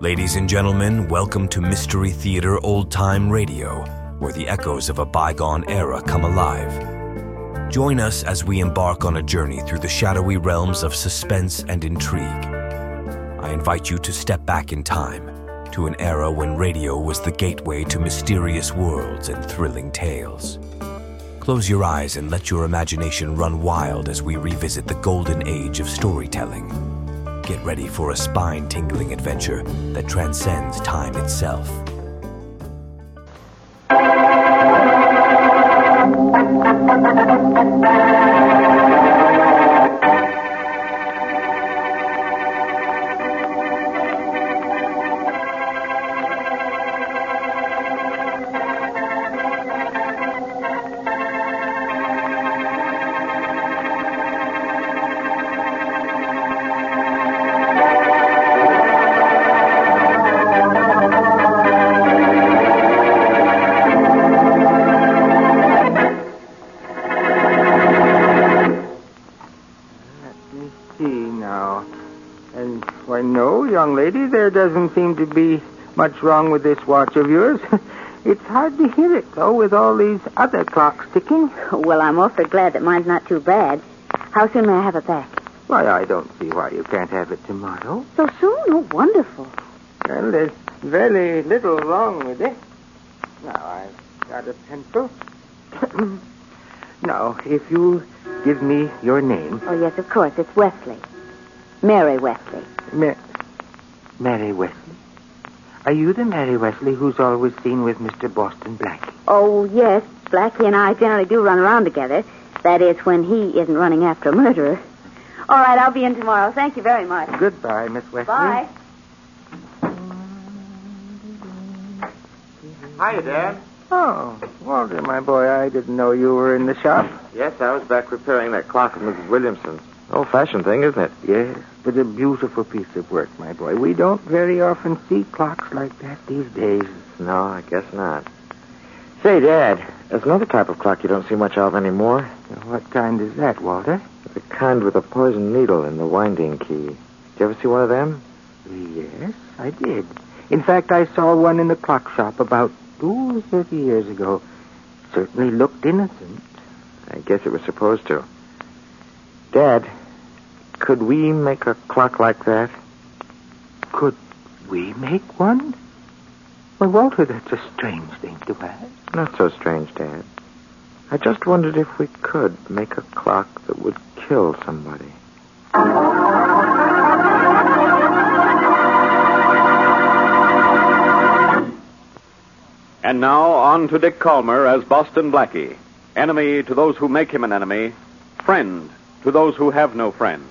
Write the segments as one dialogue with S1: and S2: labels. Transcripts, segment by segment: S1: Ladies and gentlemen, welcome to Mystery Theater Old Time Radio, where the echoes of a bygone era come alive. Join us as we embark on a journey through the shadowy realms of suspense and intrigue. I invite you to step back in time to an era when radio was the gateway to mysterious worlds and thrilling tales. Close your eyes and let your imagination run wild as we revisit the golden age of storytelling. Get ready for a spine tingling adventure that transcends time itself.
S2: Let me see now. And why, no, young lady, there doesn't seem to be much wrong with this watch of yours. It's hard to hear it, though, with all these other clocks ticking.
S3: Well, I'm awfully glad that mine's not too bad. How soon may I have it back?
S2: Why, I don't see why you can't have it tomorrow.
S3: So soon? Oh, wonderful.
S2: Well, there's very little wrong with it. Now, I've got a pencil. now, if you give me your name,
S3: Oh, yes, of course. It's Wesley. Mary Wesley.
S2: Ma- Mary Wesley. Are you the Mary Wesley who's always seen with Mr. Boston Blackie?
S3: Oh, yes. Blackie and I generally do run around together. That is, when he isn't running after a murderer. All right, I'll be in tomorrow. Thank you very much.
S2: Goodbye, Miss Wesley.
S3: Bye.
S4: Hiya, Dad.
S2: Oh, Walter, my boy, I didn't know you were in the shop.
S4: Yes, I was back repairing that clock of Mrs. Williamson's. Old fashioned thing, isn't it?
S2: Yes, but a beautiful piece of work, my boy. We don't very often see clocks like that these days.
S4: No, I guess not. Say, Dad, there's another type of clock you don't see much of anymore.
S2: What kind is that, Walter?
S4: The kind with a poison needle and the winding key. Did you ever see one of them?
S2: Yes, I did. In fact, I saw one in the clock shop about two or thirty years ago. Certainly looked innocent.
S4: I guess it was supposed to. Dad, could we make a clock like that?
S2: Could we make one? Well, Walter, that's a strange thing to ask.
S4: Not so strange, Dad. I just wondered if we could make a clock that would kill somebody.
S5: And now on to Dick Calmer as Boston Blackie. Enemy to those who make him an enemy, friend to those who have no friend.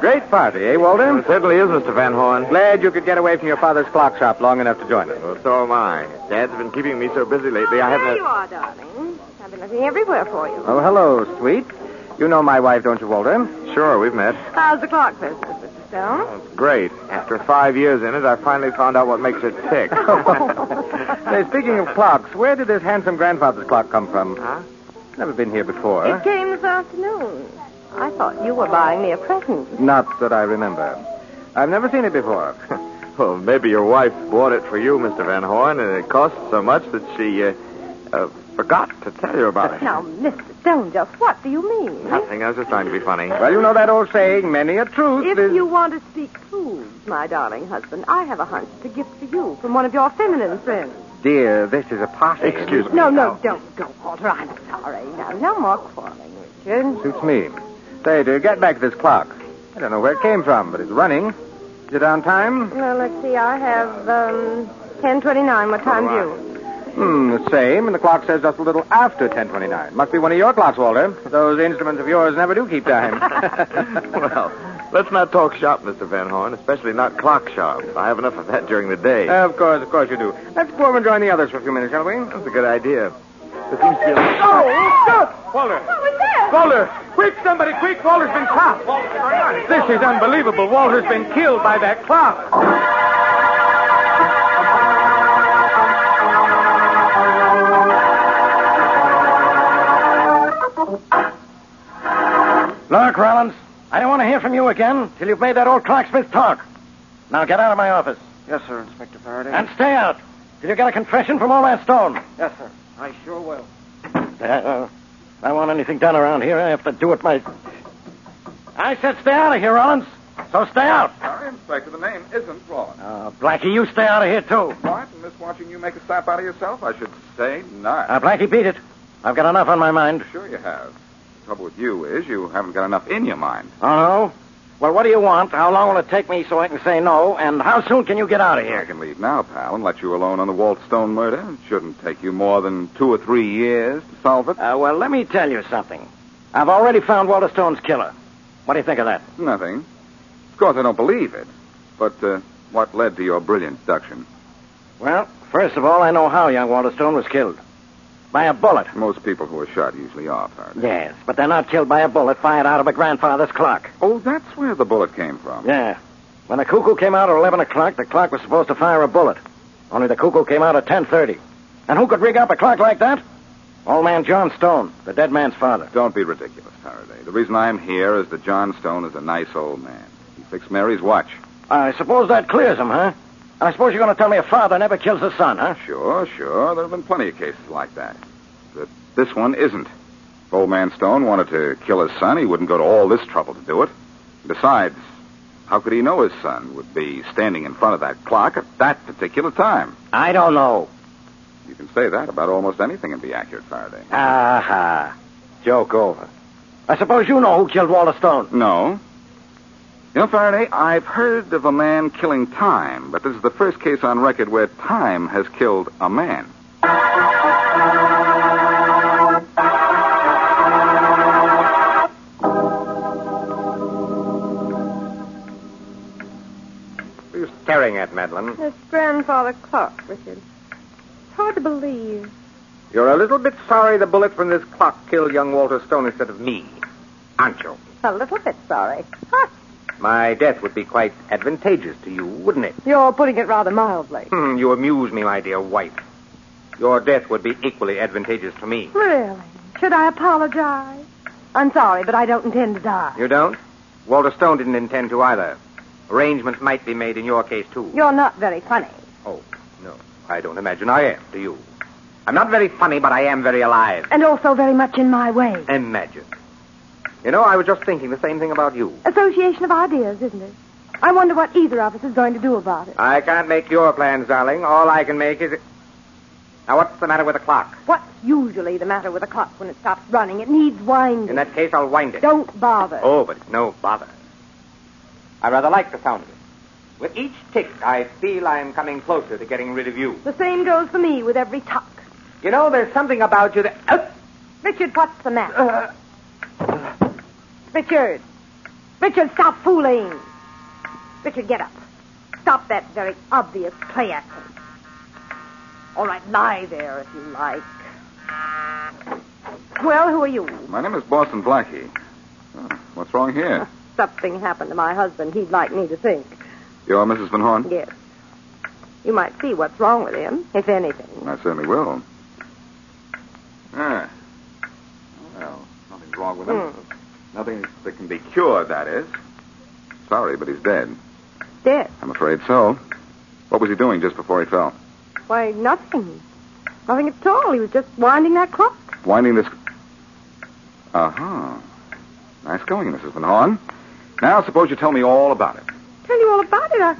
S5: Great party, eh, Walden?
S4: It certainly is, Mr. Van Horn.
S5: Glad you could get away from your father's clock shop long enough to join us.
S4: Well, so am I. Dad's been keeping me so busy lately, I
S6: There you
S4: haven't.
S6: are, darling. I've been looking everywhere for you.
S5: Oh, hello, sweet. You know my wife, don't you, Walden?
S4: Sure, we've met.
S6: How's the clock business, Mr. Stone?
S4: It's great. After five years in it, I finally found out what makes it tick.
S5: Hey, speaking of clocks, where did this handsome grandfather's clock come from?
S4: Huh?
S5: Never been here before.
S6: It came this afternoon. I thought you were buying me a present.
S5: Not that I remember. I've never seen it before.
S4: well, maybe your wife bought it for you, Mr. Van Horn, and it cost so much that she uh, uh, forgot to tell you about it.
S6: Now, Mr. Stone, just what do you mean?
S4: Nothing. I was just trying to be funny.
S5: well, you know that old saying, many a truth
S6: If
S5: is...
S6: you want to speak truths, my darling husband, I have a hunch it's a gift for you from one of your feminine friends.
S5: Dear, this is a party.
S4: Excuse me.
S6: No, no, don't, don't, Walter. I'm sorry. Now, no more quarreling, Richard.
S5: Suits me. Say, to get back this clock. I don't know where it came from, but it's running.
S2: Is it on time?
S6: Well, let's see. I have um, ten twenty-nine. What time's
S2: All
S6: you?
S2: Hmm, the same, and the clock says just a little after 1029. Must be one of your clocks, Walter. Those instruments of yours never do keep time.
S4: well, let's not talk shop, Mr. Van Horn, especially not clock shop. I have enough of that during the day.
S2: of course, of course you do. Let's go over and join the others for a few minutes, shall we?
S4: That's a good idea. There seems to be a-
S2: Oh, stop! Walter!
S6: What was that?
S2: Walter! Quick, somebody, quick! Walter's been shot! This is unbelievable. Walter's been killed by that clock.
S7: Look, Rollins, I don't want to hear from you again till you've made that old clocksmith talk. Now get out of my office.
S2: Yes, sir, Inspector Faraday.
S7: And stay out till you get a confession from all that stone.
S2: Yes, sir. I sure will.
S7: Uh, if I want anything done around here, I have to do it my... I said stay out of here, Rollins. So stay out.
S8: Sorry, Inspector, the name isn't Rollins.
S7: Uh, Blackie, you stay out of here, too.
S8: What? And miss watching you make a slap out of yourself? I should say not.
S7: Uh, Blackie, beat it. I've got enough on my mind.
S8: Sure you have. The trouble with you is you haven't got enough in your mind.
S7: Oh, no? Well, what do you want? How long will it take me so I can say no? And how soon can you get out of
S8: I
S7: here?
S8: can leave now, pal, and let you alone on the Walt Stone murder. It shouldn't take you more than two or three years to solve it.
S7: Uh, well, let me tell you something. I've already found Walter Stone's killer. What do you think of that?
S8: Nothing. Of course, I don't believe it. But uh, what led to your brilliant deduction?
S7: Well, first of all, I know how young Walter Stone was killed. By a bullet.
S8: Most people who are shot usually are, Faraday.
S7: Yes, but they're not killed by a bullet fired out of a grandfather's clock.
S8: Oh, that's where the bullet came from.
S7: Yeah. When the cuckoo came out at 11 o'clock, the clock was supposed to fire a bullet. Only the cuckoo came out at 10.30. And who could rig up a clock like that? Old man John Stone, the dead man's father.
S8: Don't be ridiculous, Faraday. The reason I'm here is that John Stone is a nice old man. He fixed Mary's watch.
S7: I suppose that clears him, huh? I suppose you're going to tell me a father never kills his son, huh?
S8: Sure, sure. There have been plenty of cases like that. But this one isn't. If old man Stone wanted to kill his son, he wouldn't go to all this trouble to do it. Besides, how could he know his son would be standing in front of that clock at that particular time?
S7: I don't know.
S8: You can say that about almost anything and be accurate, Faraday.
S7: Aha. Joke over. I suppose you know who killed Walter Stone.
S8: No. You know, Faraday, I've heard of a man killing time, but this is the first case on record where time has killed a man.
S4: Who's staring at Madeline?
S6: It's grandfather Clark, Richard. It's hard to believe.
S4: You're a little bit sorry the bullet from this clock killed young Walter Stone instead of me, aren't you?
S6: A little bit sorry. Huh.
S4: My death would be quite advantageous to you, wouldn't it?
S6: You're putting it rather mildly.
S4: Hmm, you amuse me, my dear wife. Your death would be equally advantageous to me.
S6: Really? Should I apologize? I'm sorry, but I don't intend to die.
S4: You don't? Walter Stone didn't intend to either. Arrangements might be made in your case, too.
S6: You're not very funny.
S4: Oh, no. I don't imagine I am, do you? I'm not very funny, but I am very alive.
S6: And also very much in my way.
S4: Imagine. You know, I was just thinking the same thing about you.
S6: Association of ideas, isn't it? I wonder what either of us is going to do about it.
S4: I can't make your plans, darling. All I can make is. Now, what's the matter with the clock?
S6: What's usually the matter with a clock when it stops running? It needs winding.
S4: In that case, I'll wind it.
S6: Mm. Don't bother.
S4: Oh, but it's no bother. I rather like the sound of it. With each tick, I feel I'm coming closer to getting rid of you.
S6: The same goes for me with every tuck.
S4: You know, there's something about you that. Oh,
S6: Richard, what's the matter? Richard. Richard, stop fooling. Richard, get up. Stop that very obvious play acting. All right, lie there if you like. Well, who are you?
S8: My name is Boston Blackie. Oh, what's wrong here?
S6: Something happened to my husband. He'd like me to think.
S8: You're Mrs. Van Horn?
S6: Yes. You might see what's wrong with him, if anything.
S8: I certainly will. Ah. Well, nothing's wrong with him. Nothing that can be cured, that is. Sorry, but he's dead.
S6: Dead.
S8: I'm afraid so. What was he doing just before he fell?
S6: Why, nothing. Nothing at all. He was just winding that clock.
S8: Winding this. Uh huh. Nice going, Mrs. Van Horn. Now, suppose you tell me all about it.
S6: Tell you all about it. I,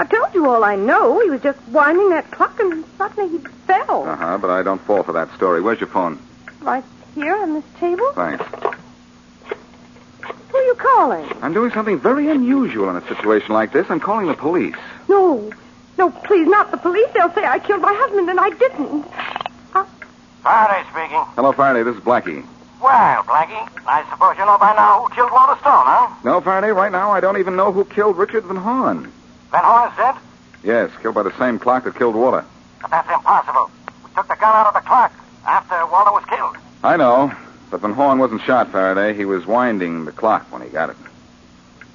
S6: I told you all I know. He was just winding that clock, and suddenly he fell.
S8: Uh huh, but I don't fall for that story. Where's your phone?
S6: Right here on this table.
S8: Thanks.
S6: Who are you
S9: calling?
S8: I'm doing something very unusual in a situation like this. I'm calling the police.
S9: No. No, please, not the police. They'll say I killed my husband and I didn't.
S7: Faraday speaking.
S8: Hello, Faraday. This is Blackie.
S7: Well, Blackie, I suppose you know by now who killed Walter Stone, huh?
S8: No, Faraday, right now I don't even know who killed Richard Van Horn.
S7: Van Horn said,
S8: Yes, killed by the same clock that killed Walter.
S7: but that's impossible. We took the gun out of the clock after Walter was killed.
S8: I know, but Van Horn wasn't shot, Faraday. He was winding the clock when he got it.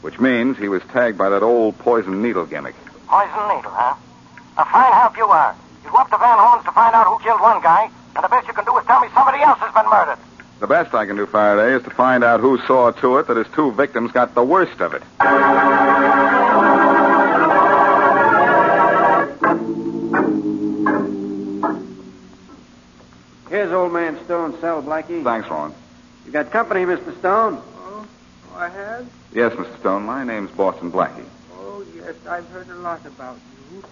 S8: Which means he was tagged by that old poison needle gimmick.
S7: Poison needle, huh? A fine help you are. You go up to Van Horn's to find out who killed one guy, and the best you can do is tell me somebody else has been murdered.
S8: The best I can do, Faraday, is to find out who saw to it that his two victims got the worst of it.
S10: Here's old man Stone's cell, Blackie.
S8: Thanks, Ron.
S10: You got company, Mr. Stone?
S2: Oh, I have?
S8: Yes, Mr. Stone, my name's Boston Blackie.
S2: Oh, yes, I've heard a lot about you.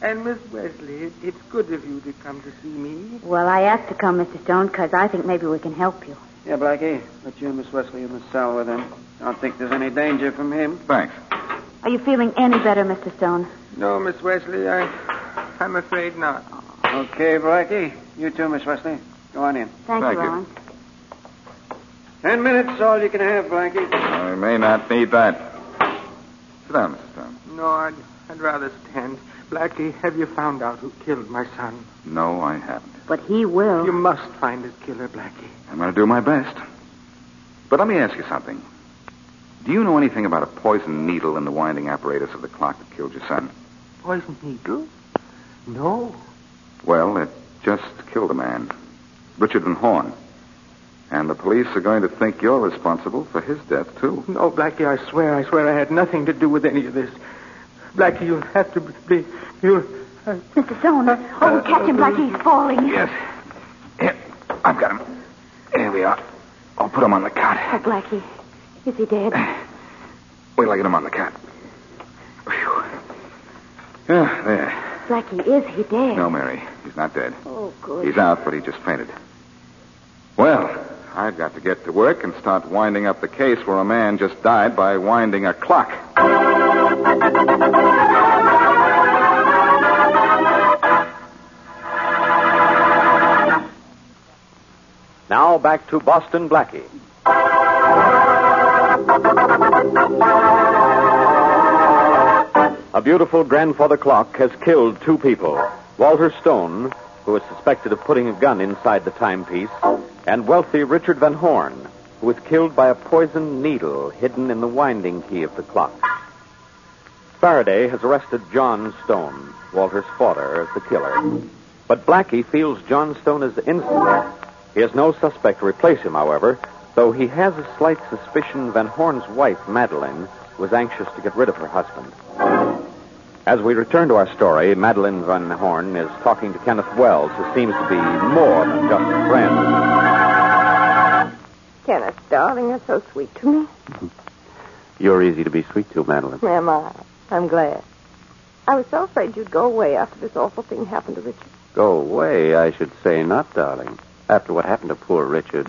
S2: And, Miss Wesley, it- it's good of you to come to see me.
S3: Well, I asked to come, Mr. Stone, because I think maybe we can help you.
S10: Yeah, Blackie. Put you and Miss Wesley in the cell with him. I don't think there's any danger from him.
S8: Thanks.
S3: Are you feeling any better, Mr. Stone?
S2: No, Miss Wesley, I, I'm afraid not.
S10: Okay, Blackie. You too, Miss Wesley. Go on in.
S3: Thank,
S8: Thank you, you.
S3: Ron.
S10: Ten minutes, all you can have, Blackie.
S8: I may not need that. Sit down, Mr. Stone.
S2: No, I'd, I'd rather stand. Blackie, have you found out who killed my son?
S8: No, I haven't.
S3: But he will.
S2: You must find his killer, Blackie.
S8: I'm going to do my best. But let me ask you something. Do you know anything about a poison needle in the winding apparatus of the clock that killed your son?
S2: Poison needle? No.
S8: Well, it just killed a man, Richard Van Horn. And the police are going to think you're responsible for his death, too.
S2: No, Blackie, I swear, I swear I had nothing to do with any of this. Blackie, you'll have to be. You'll.
S3: Mr. Stone. Oh, catch him, Blackie. He's falling.
S8: Yes. Here, I've got him. Here we are. I'll put him on the cot.
S3: Oh, Blackie. Is he dead?
S8: Wait till I get him on the cot. Phew. Yeah, there.
S3: Blackie, is he dead?
S8: No, Mary. He's not dead.
S3: Oh, good.
S8: He's out, but he just fainted. Well, I've got to get to work and start winding up the case where a man just died by winding a clock.
S5: Now back to Boston Blackie. A beautiful grandfather clock has killed two people Walter Stone, who is suspected of putting a gun inside the timepiece, and wealthy Richard Van Horn, who was killed by a poisoned needle hidden in the winding key of the clock. Faraday has arrested John Stone, Walter's father, as the killer. But Blackie feels John Stone is innocent. He has no suspect to replace him, however, though he has a slight suspicion Van Horn's wife, Madeline, was anxious to get rid of her husband. As we return to our story, Madeline Van Horn is talking to Kenneth Wells, who seems to be more than just a friend.
S6: Kenneth, darling, you're so sweet to me.
S5: You're easy to be sweet to, Madeline.
S6: Am I? I'm glad. I was so afraid you'd go away after this awful thing happened to Richard.
S11: Go away, I should say not, darling. After what happened to poor Richard,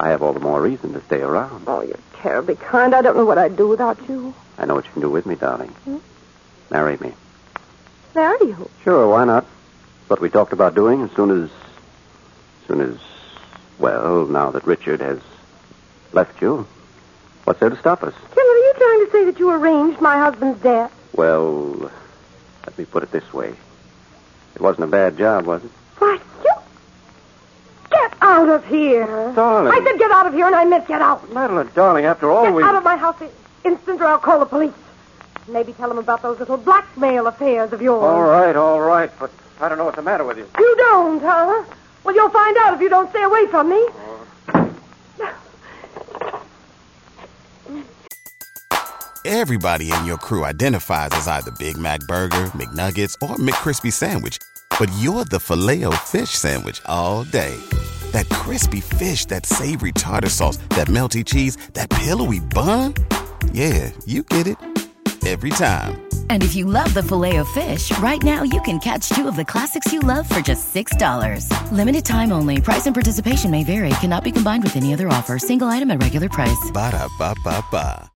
S11: I have all the more reason to stay around.
S6: Oh, you're terribly kind. I don't know what I'd do without you.
S11: I know what you can do with me, darling.
S6: Hmm?
S11: Marry me.
S6: Marry you.
S11: Sure, why not? What we talked about doing as soon as. As soon as. Well, now that Richard has left you, what's there to stop us?
S6: Kenneth, are you trying to say that you arranged my husband's death?
S11: Well, let me put it this way. It wasn't a bad job, was it?
S6: Why, you... Get out of here.
S11: Darling.
S6: I said get out of here, and I meant get out.
S11: Madeline, darling, after all,
S6: Get out of my house in- instant, or I'll call the police. Maybe tell them about those little blackmail affairs of yours.
S10: All right, all right, but I don't know what's the matter with you.
S6: You don't, huh? Well, you'll find out if you don't stay away from me.
S12: Everybody in your crew identifies as either Big Mac Burger, McNuggets, or McCrispy Sandwich. But you're the filet fish Sandwich all day. That crispy fish, that savory tartar sauce, that melty cheese, that pillowy bun. Yeah, you get it. Every time.
S13: And if you love the filet of fish, right now you can catch two of the classics you love for just $6. Limited time only. Price and participation may vary. Cannot be combined with any other offer. Single item at regular price.
S12: Ba-da-ba-ba-ba.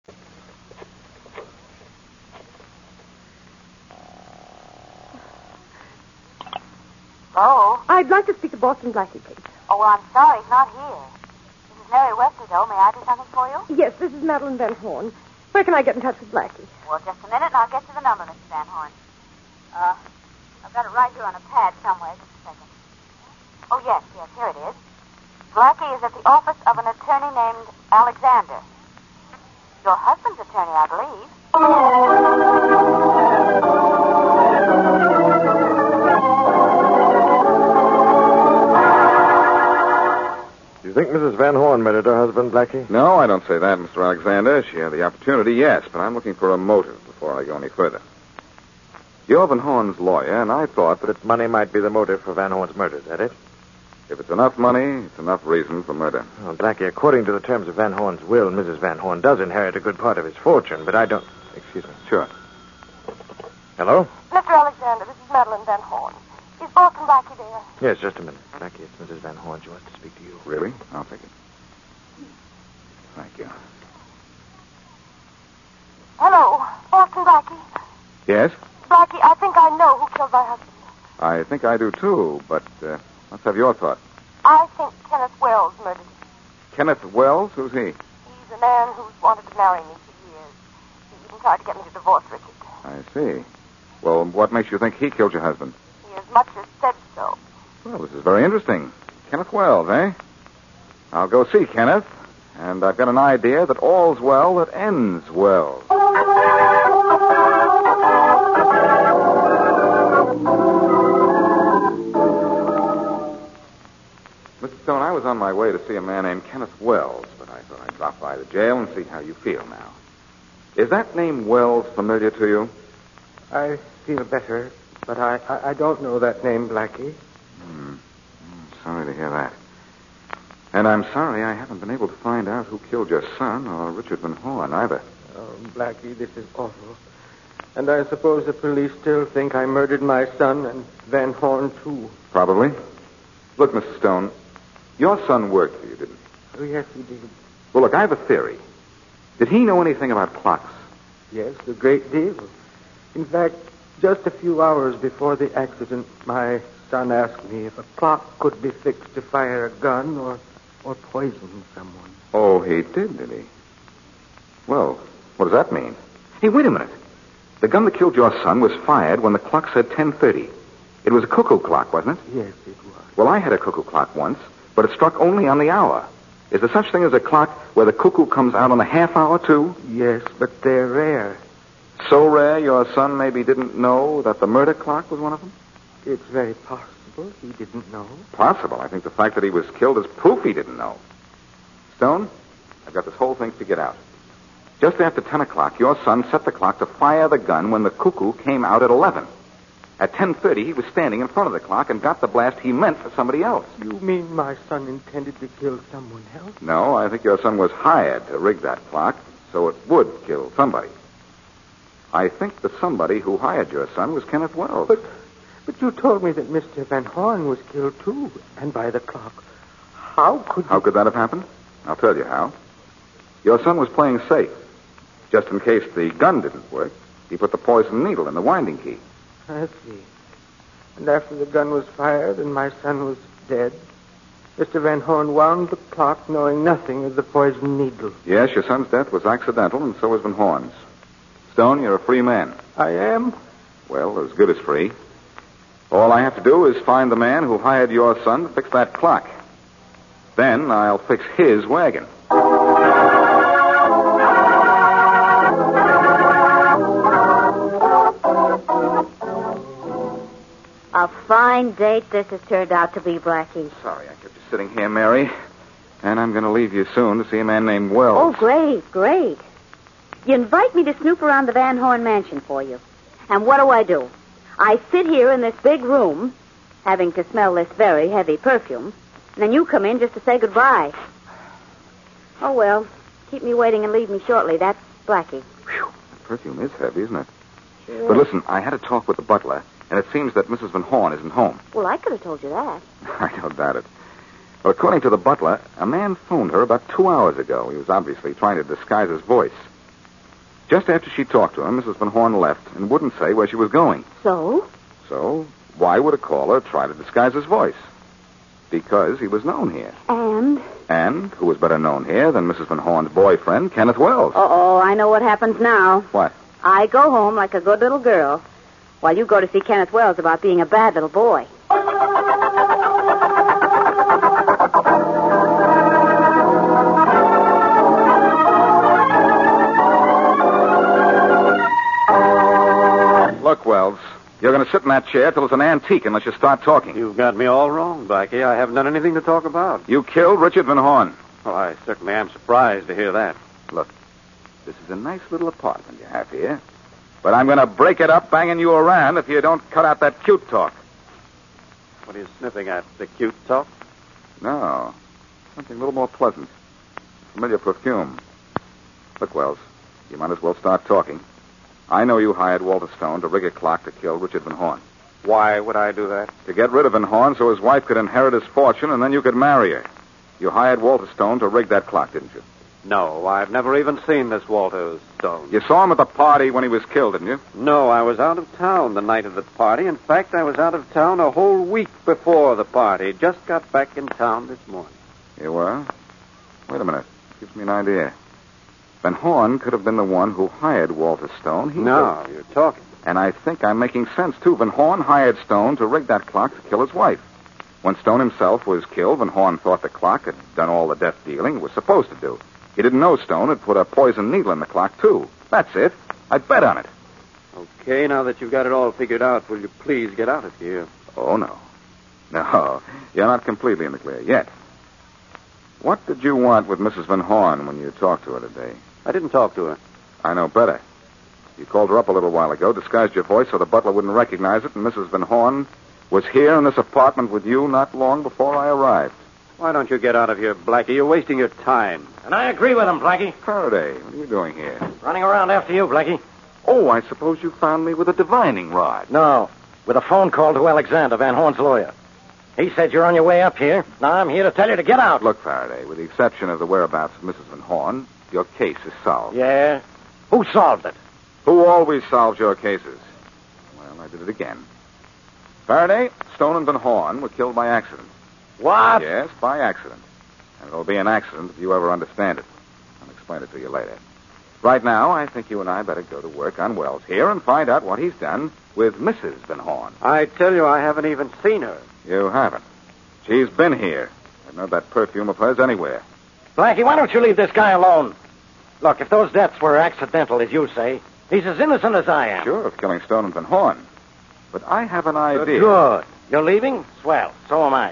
S6: Oh?
S14: I'd like to speak to Boston Blackie, please.
S6: Oh, well, I'm sorry he's not here. This is Mary Wesley, though. May I do something for you?
S14: Yes, this is Madeline Van Horn. Where can I get in touch with Blackie?
S6: Well, just a minute, and I'll get to the number, Mr. Van Horn. Uh, I've got it right here on a pad somewhere. Just a second. Oh, yes, yes, here it is. Blackie is at the office of an attorney named Alexander. Your husband's attorney, I believe.
S4: You think Mrs. Van Horn murdered her husband, Blackie?
S8: No, I don't say that, Mr. Alexander. She had the opportunity, yes, but I'm looking for a motive before I go any further. You're Van Horn's lawyer, and I thought that
S4: money might be the motive for Van Horn's murder. Is that it?
S8: if it's enough money, it's enough reason for murder.
S4: Oh, Blackie, according to the terms of Van Horn's will, Mrs. Van Horn does inherit a good part of his fortune, but I don't. Excuse me.
S8: Sure.
S4: Hello?
S6: Mr. Alexander, this is Madeline Van Horn. Is Boston Blackie there?
S4: Yes, just a minute. Blackie, it's Mrs. Van Horn. She wants to speak to you.
S8: Really? I'll take it. Thank you.
S6: Hello, Boston Blackie.
S8: Yes?
S6: Blackie, I think I know who killed my husband.
S8: I think I do too, but uh, let's have your thought.
S6: I think Kenneth Wells murdered him.
S8: Kenneth Wells, who's he?
S6: He's a man who's wanted to marry me for years. He even tried to get me to divorce Richard.
S8: I see. Well, what makes you think he killed your husband?
S6: He as much as said so.
S8: Well, this is very interesting. Kenneth Wells, eh? I'll go see Kenneth, and I've got an idea that all's well that ends well. Mr. Stone, I was on my way to see a man named Kenneth Wells, but I thought I'd drop by the jail and see how you feel now. Is that name Wells familiar to you?
S2: I feel better, but I, I, I don't know that name, Blackie.
S8: Sorry to hear that. And I'm sorry I haven't been able to find out who killed your son or Richard Van Horn either.
S2: Oh, Blackie, this is awful. And I suppose the police still think I murdered my son and Van Horn, too.
S8: Probably. Look, Mrs. Stone, your son worked for you, didn't he?
S2: Oh, yes, he did.
S8: Well, look, I have a theory. Did he know anything about clocks?
S2: Yes, a great deal. In fact, just a few hours before the accident, my son asked me if a clock could be fixed to fire a gun or, or poison someone.
S8: Oh, he did, did he? Well, what does that mean? Hey, wait a minute. The gun that killed your son was fired when the clock said 10:30. It was a cuckoo clock, wasn't it?
S2: Yes, it was.
S8: Well, I had a cuckoo clock once, but it struck only on the hour. Is there such thing as a clock where the cuckoo comes out on the half hour, too?
S2: Yes, but they're rare.
S8: So rare your son maybe didn't know that the murder clock was one of them?
S2: It's very possible he didn't know.
S8: Possible. I think the fact that he was killed is proof he didn't know. Stone, I've got this whole thing figured out. Just after 10 o'clock, your son set the clock to fire the gun when the cuckoo came out at 11. At 10.30, he was standing in front of the clock and got the blast he meant for somebody else.
S2: You mean my son intended to kill someone else?
S8: No, I think your son was hired to rig that clock so it would kill somebody. I think the somebody who hired your son was Kenneth Wells.
S2: Oh, But, but you told me that Mr. Van Horn was killed, too, and by the clock. How could
S8: How could that have happened? I'll tell you how. Your son was playing safe. Just in case the gun didn't work, he put the poison needle in the winding key.
S2: I see. And after the gun was fired and my son was dead, Mr. Van Horn wound the clock knowing nothing of the poison needle.
S8: Yes, your son's death was accidental, and so was Van Horn's. Stone, you're a free man.
S2: I am.
S8: Well, as good as free. All I have to do is find the man who hired your son to fix that clock. Then I'll fix his wagon.
S3: A fine date this has turned out to be, Blackie.
S8: Sorry, I kept you sitting here, Mary. And I'm going to leave you soon to see a man named Wells.
S3: Oh, great, great. You invite me to snoop around the Van Horn mansion for you. And what do I do? I sit here in this big room, having to smell this very heavy perfume, and then you come in just to say goodbye. Oh, well, keep me waiting and leave me shortly. That's Blackie.
S8: The perfume is heavy, isn't it?
S3: Sure.
S8: But listen, I had a talk with the butler, and it seems that Mrs. Van Horn isn't home.
S3: Well, I could have told you that.
S8: I don't doubt it. Well, according to the butler, a man phoned her about two hours ago. He was obviously trying to disguise his voice. Just after she talked to him, Mrs. Van Horn left and wouldn't say where she was going.
S3: So?
S8: So Why would a caller try to disguise his voice? Because he was known here.
S3: And?
S8: And who was better known here than Mrs. Van Horn's boyfriend, Kenneth Wells?
S15: Oh.
S3: Uh-oh, I know what happens now.
S8: What?
S3: I go home like a good little girl, while you go to see Kenneth Wells about being a bad little boy.
S8: Look, Wells, you're going to sit in that chair till it's an antique unless you start talking.
S15: You've got me all wrong, Blackie. I haven't done anything to talk about.
S8: You killed Richard Van Horn.
S15: Well, I certainly am surprised to hear that.
S8: Look, this is a nice little apartment you have here. But I'm going to break it up banging you around if you don't cut out that cute talk.
S15: What are you sniffing at? The cute talk?
S8: No. Something a little more pleasant. Familiar perfume. Look, Wells, you might as well start talking. I know you hired Walter Stone to rig a clock to kill Richard Van Horn.
S15: Why would I do that?
S8: To get rid of Van Horn so his wife could inherit his fortune and then you could marry her. You hired Walter Stone to rig that clock, didn't you?
S15: No, I've never even seen this Walter Stone.
S8: You saw him at the party when he was killed, didn't you?
S15: No, I was out of town the night of the party. In fact, I was out of town a whole week before the party. Just got back in town this morning.
S8: You were? Wait a minute. Gives me an idea. Van Horn could have been the one who hired Walter Stone. He
S15: no, you're talking.
S8: And I think I'm making sense, too. Van Horn hired Stone to rig that clock to kill his wife. When Stone himself was killed, Van Horn thought the clock had done all the death dealing it was supposed to do. He didn't know Stone had put a poison needle in the clock, too. That's it. I bet on it.
S15: Okay, now that you've got it all figured out, will you please get out of here?
S8: Oh, no. No, you're not completely in the clear yet. What did you want with Mrs. Van Horn when you talked to her today?
S15: I didn't talk to her.
S8: I know better. You called her up a little while ago, disguised your voice so the butler wouldn't recognize it, and Mrs. Van Horn was here in this apartment with you not long before I arrived.
S15: Why don't you get out of here, Blackie? You're wasting your time.
S7: And I agree with him, Blackie.
S8: Faraday, what are you doing here?
S7: Running around after you, Blackie.
S8: Oh, I suppose you found me with a divining rod.
S7: No, with a phone call to Alexander, Van Horn's lawyer. He said you're on your way up here. Now I'm here to tell you to get out.
S8: Look, Faraday, with the exception of the whereabouts of Mrs. Van Horn, your case is solved.
S7: Yeah? Who solved it?
S8: Who always solves your cases? Well, I did it again. Faraday, Stone, and Van Horn were killed by accident.
S7: What?
S8: Yes, by accident. And it'll be an accident if you ever understand it. I'll explain it to you later. Right now, I think you and I better go to work on Wells here and find out what he's done with Mrs. Van Horn.
S15: I tell you, I haven't even seen her.
S8: You haven't. She's been here. I've known that perfume of hers anywhere.
S7: Blackie, why don't you leave this guy alone? Look, if those deaths were accidental, as you say, he's as innocent as I am.
S8: Sure, of killing Stone and Van Horn. But I have an idea.
S7: Good. You're leaving? Swell. So am I.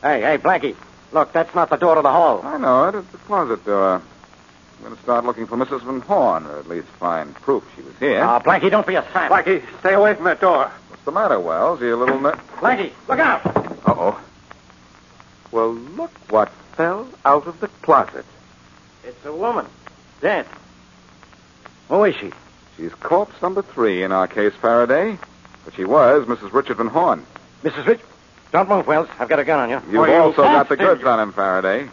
S7: Hey, hey, Blackie. Look, that's not the door to the hall.
S8: I know it. It's the closet door. I'm going to start looking for Mrs. Van Horn, or at least find proof she was here.
S7: Now, Ah, Blackie, don't be a sap.
S15: Blackie, stay away from that door.
S8: What's the matter, Wells? Are you a little ner-
S7: Blackie, look out!
S8: Uh-oh. Well, look what fell out of the closet.
S7: It's a woman. Dead. Who is she?
S8: She's corpse number three in our case, Faraday. But she was Mrs. Richard Van Horn.
S7: Mrs. Rich... Don't move, Wells. I've got a gun on you.
S8: You've
S7: Boy,
S8: also
S7: you
S8: got the
S7: bastard.
S8: goods on him, Faraday.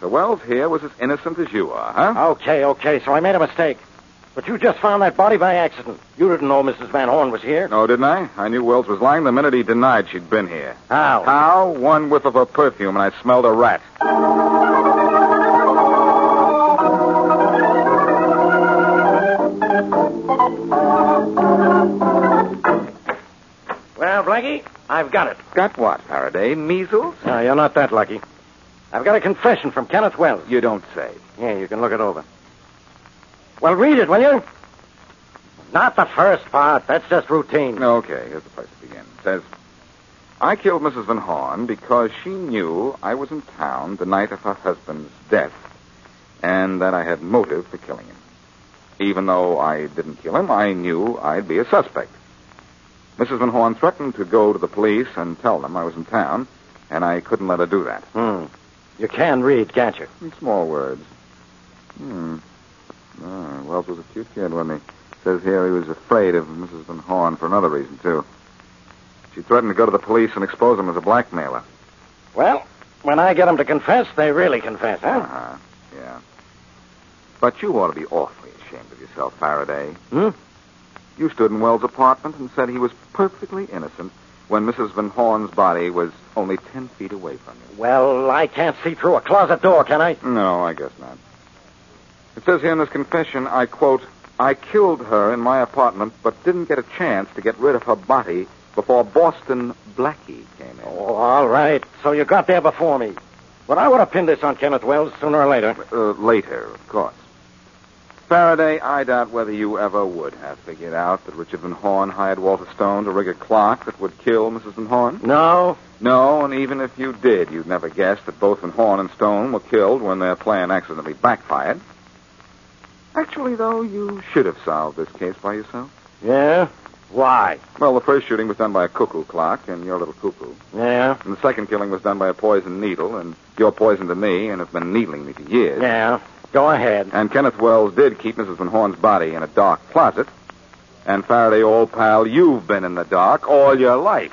S8: So Wells here was as innocent as you are, huh?
S7: Okay, okay, so I made a mistake. But you just found that body by accident. You didn't know Mrs. Van Horn was here.
S8: No, didn't I? I knew Wells was lying the minute he denied she'd been here.
S7: How?
S8: How? One whiff of her perfume, and I smelled a rat.
S7: Well, Blackie, I've got it.
S8: Got what, Faraday? Measles?
S7: No, you're not that lucky. I've got a confession from Kenneth Wells.
S8: You don't say.
S7: Yeah, you can look it over. Well, read it, will you? Not the first part. That's just routine.
S8: Okay, here's the place to begin. It says, I killed Mrs. Van Horn because she knew I was in town the night of her husband's death and that I had motive for killing him. Even though I didn't kill him, I knew I'd be a suspect. Mrs. Van Horn threatened to go to the police and tell them I was in town, and I couldn't let her do that.
S7: Hmm. You can read, can't you?
S8: In small words. Hmm. Ah, Wells was a cute kid, wasn't he? Says here he was afraid of Mrs. Van Horn for another reason, too. She threatened to go to the police and expose him as a blackmailer.
S7: Well, when I get 'em to confess, they really confess, huh?
S8: Uh-huh. Yeah. But you ought to be awfully ashamed of yourself, Faraday.
S7: Hmm?
S8: You stood in Wells' apartment and said he was perfectly innocent when Mrs. Van Horn's body was only ten feet away from you?
S7: Well, I can't see through a closet door, can I?
S8: No, I guess not. It says here in this confession, I quote, I killed her in my apartment, but didn't get a chance to get rid of her body before Boston Blackie came in.
S7: Oh, all right. So you got there before me. But I would have pinned this on Kenneth Wells sooner or later.
S8: Uh, later, of course. Faraday, I doubt whether you ever would have figured out that Richard Van Horn hired Walter Stone to rig a clock that would kill Mrs. Van Horn.
S7: No.
S8: No, and even if you did, you'd never guess that both Van Horn and Stone were killed when their plan accidentally backfired. Actually, though, you should have solved this case by yourself.
S7: Yeah? Why?
S8: Well, the first shooting was done by a cuckoo clock and your little cuckoo.
S7: Yeah?
S8: And the second killing was done by a poisoned needle, and you're poison to me and have been needling me for years.
S7: Yeah. Go ahead.
S8: And Kenneth Wells did keep Mrs. Van Horn's body in a dark closet. And Faraday, old pal, you've been in the dark all your life.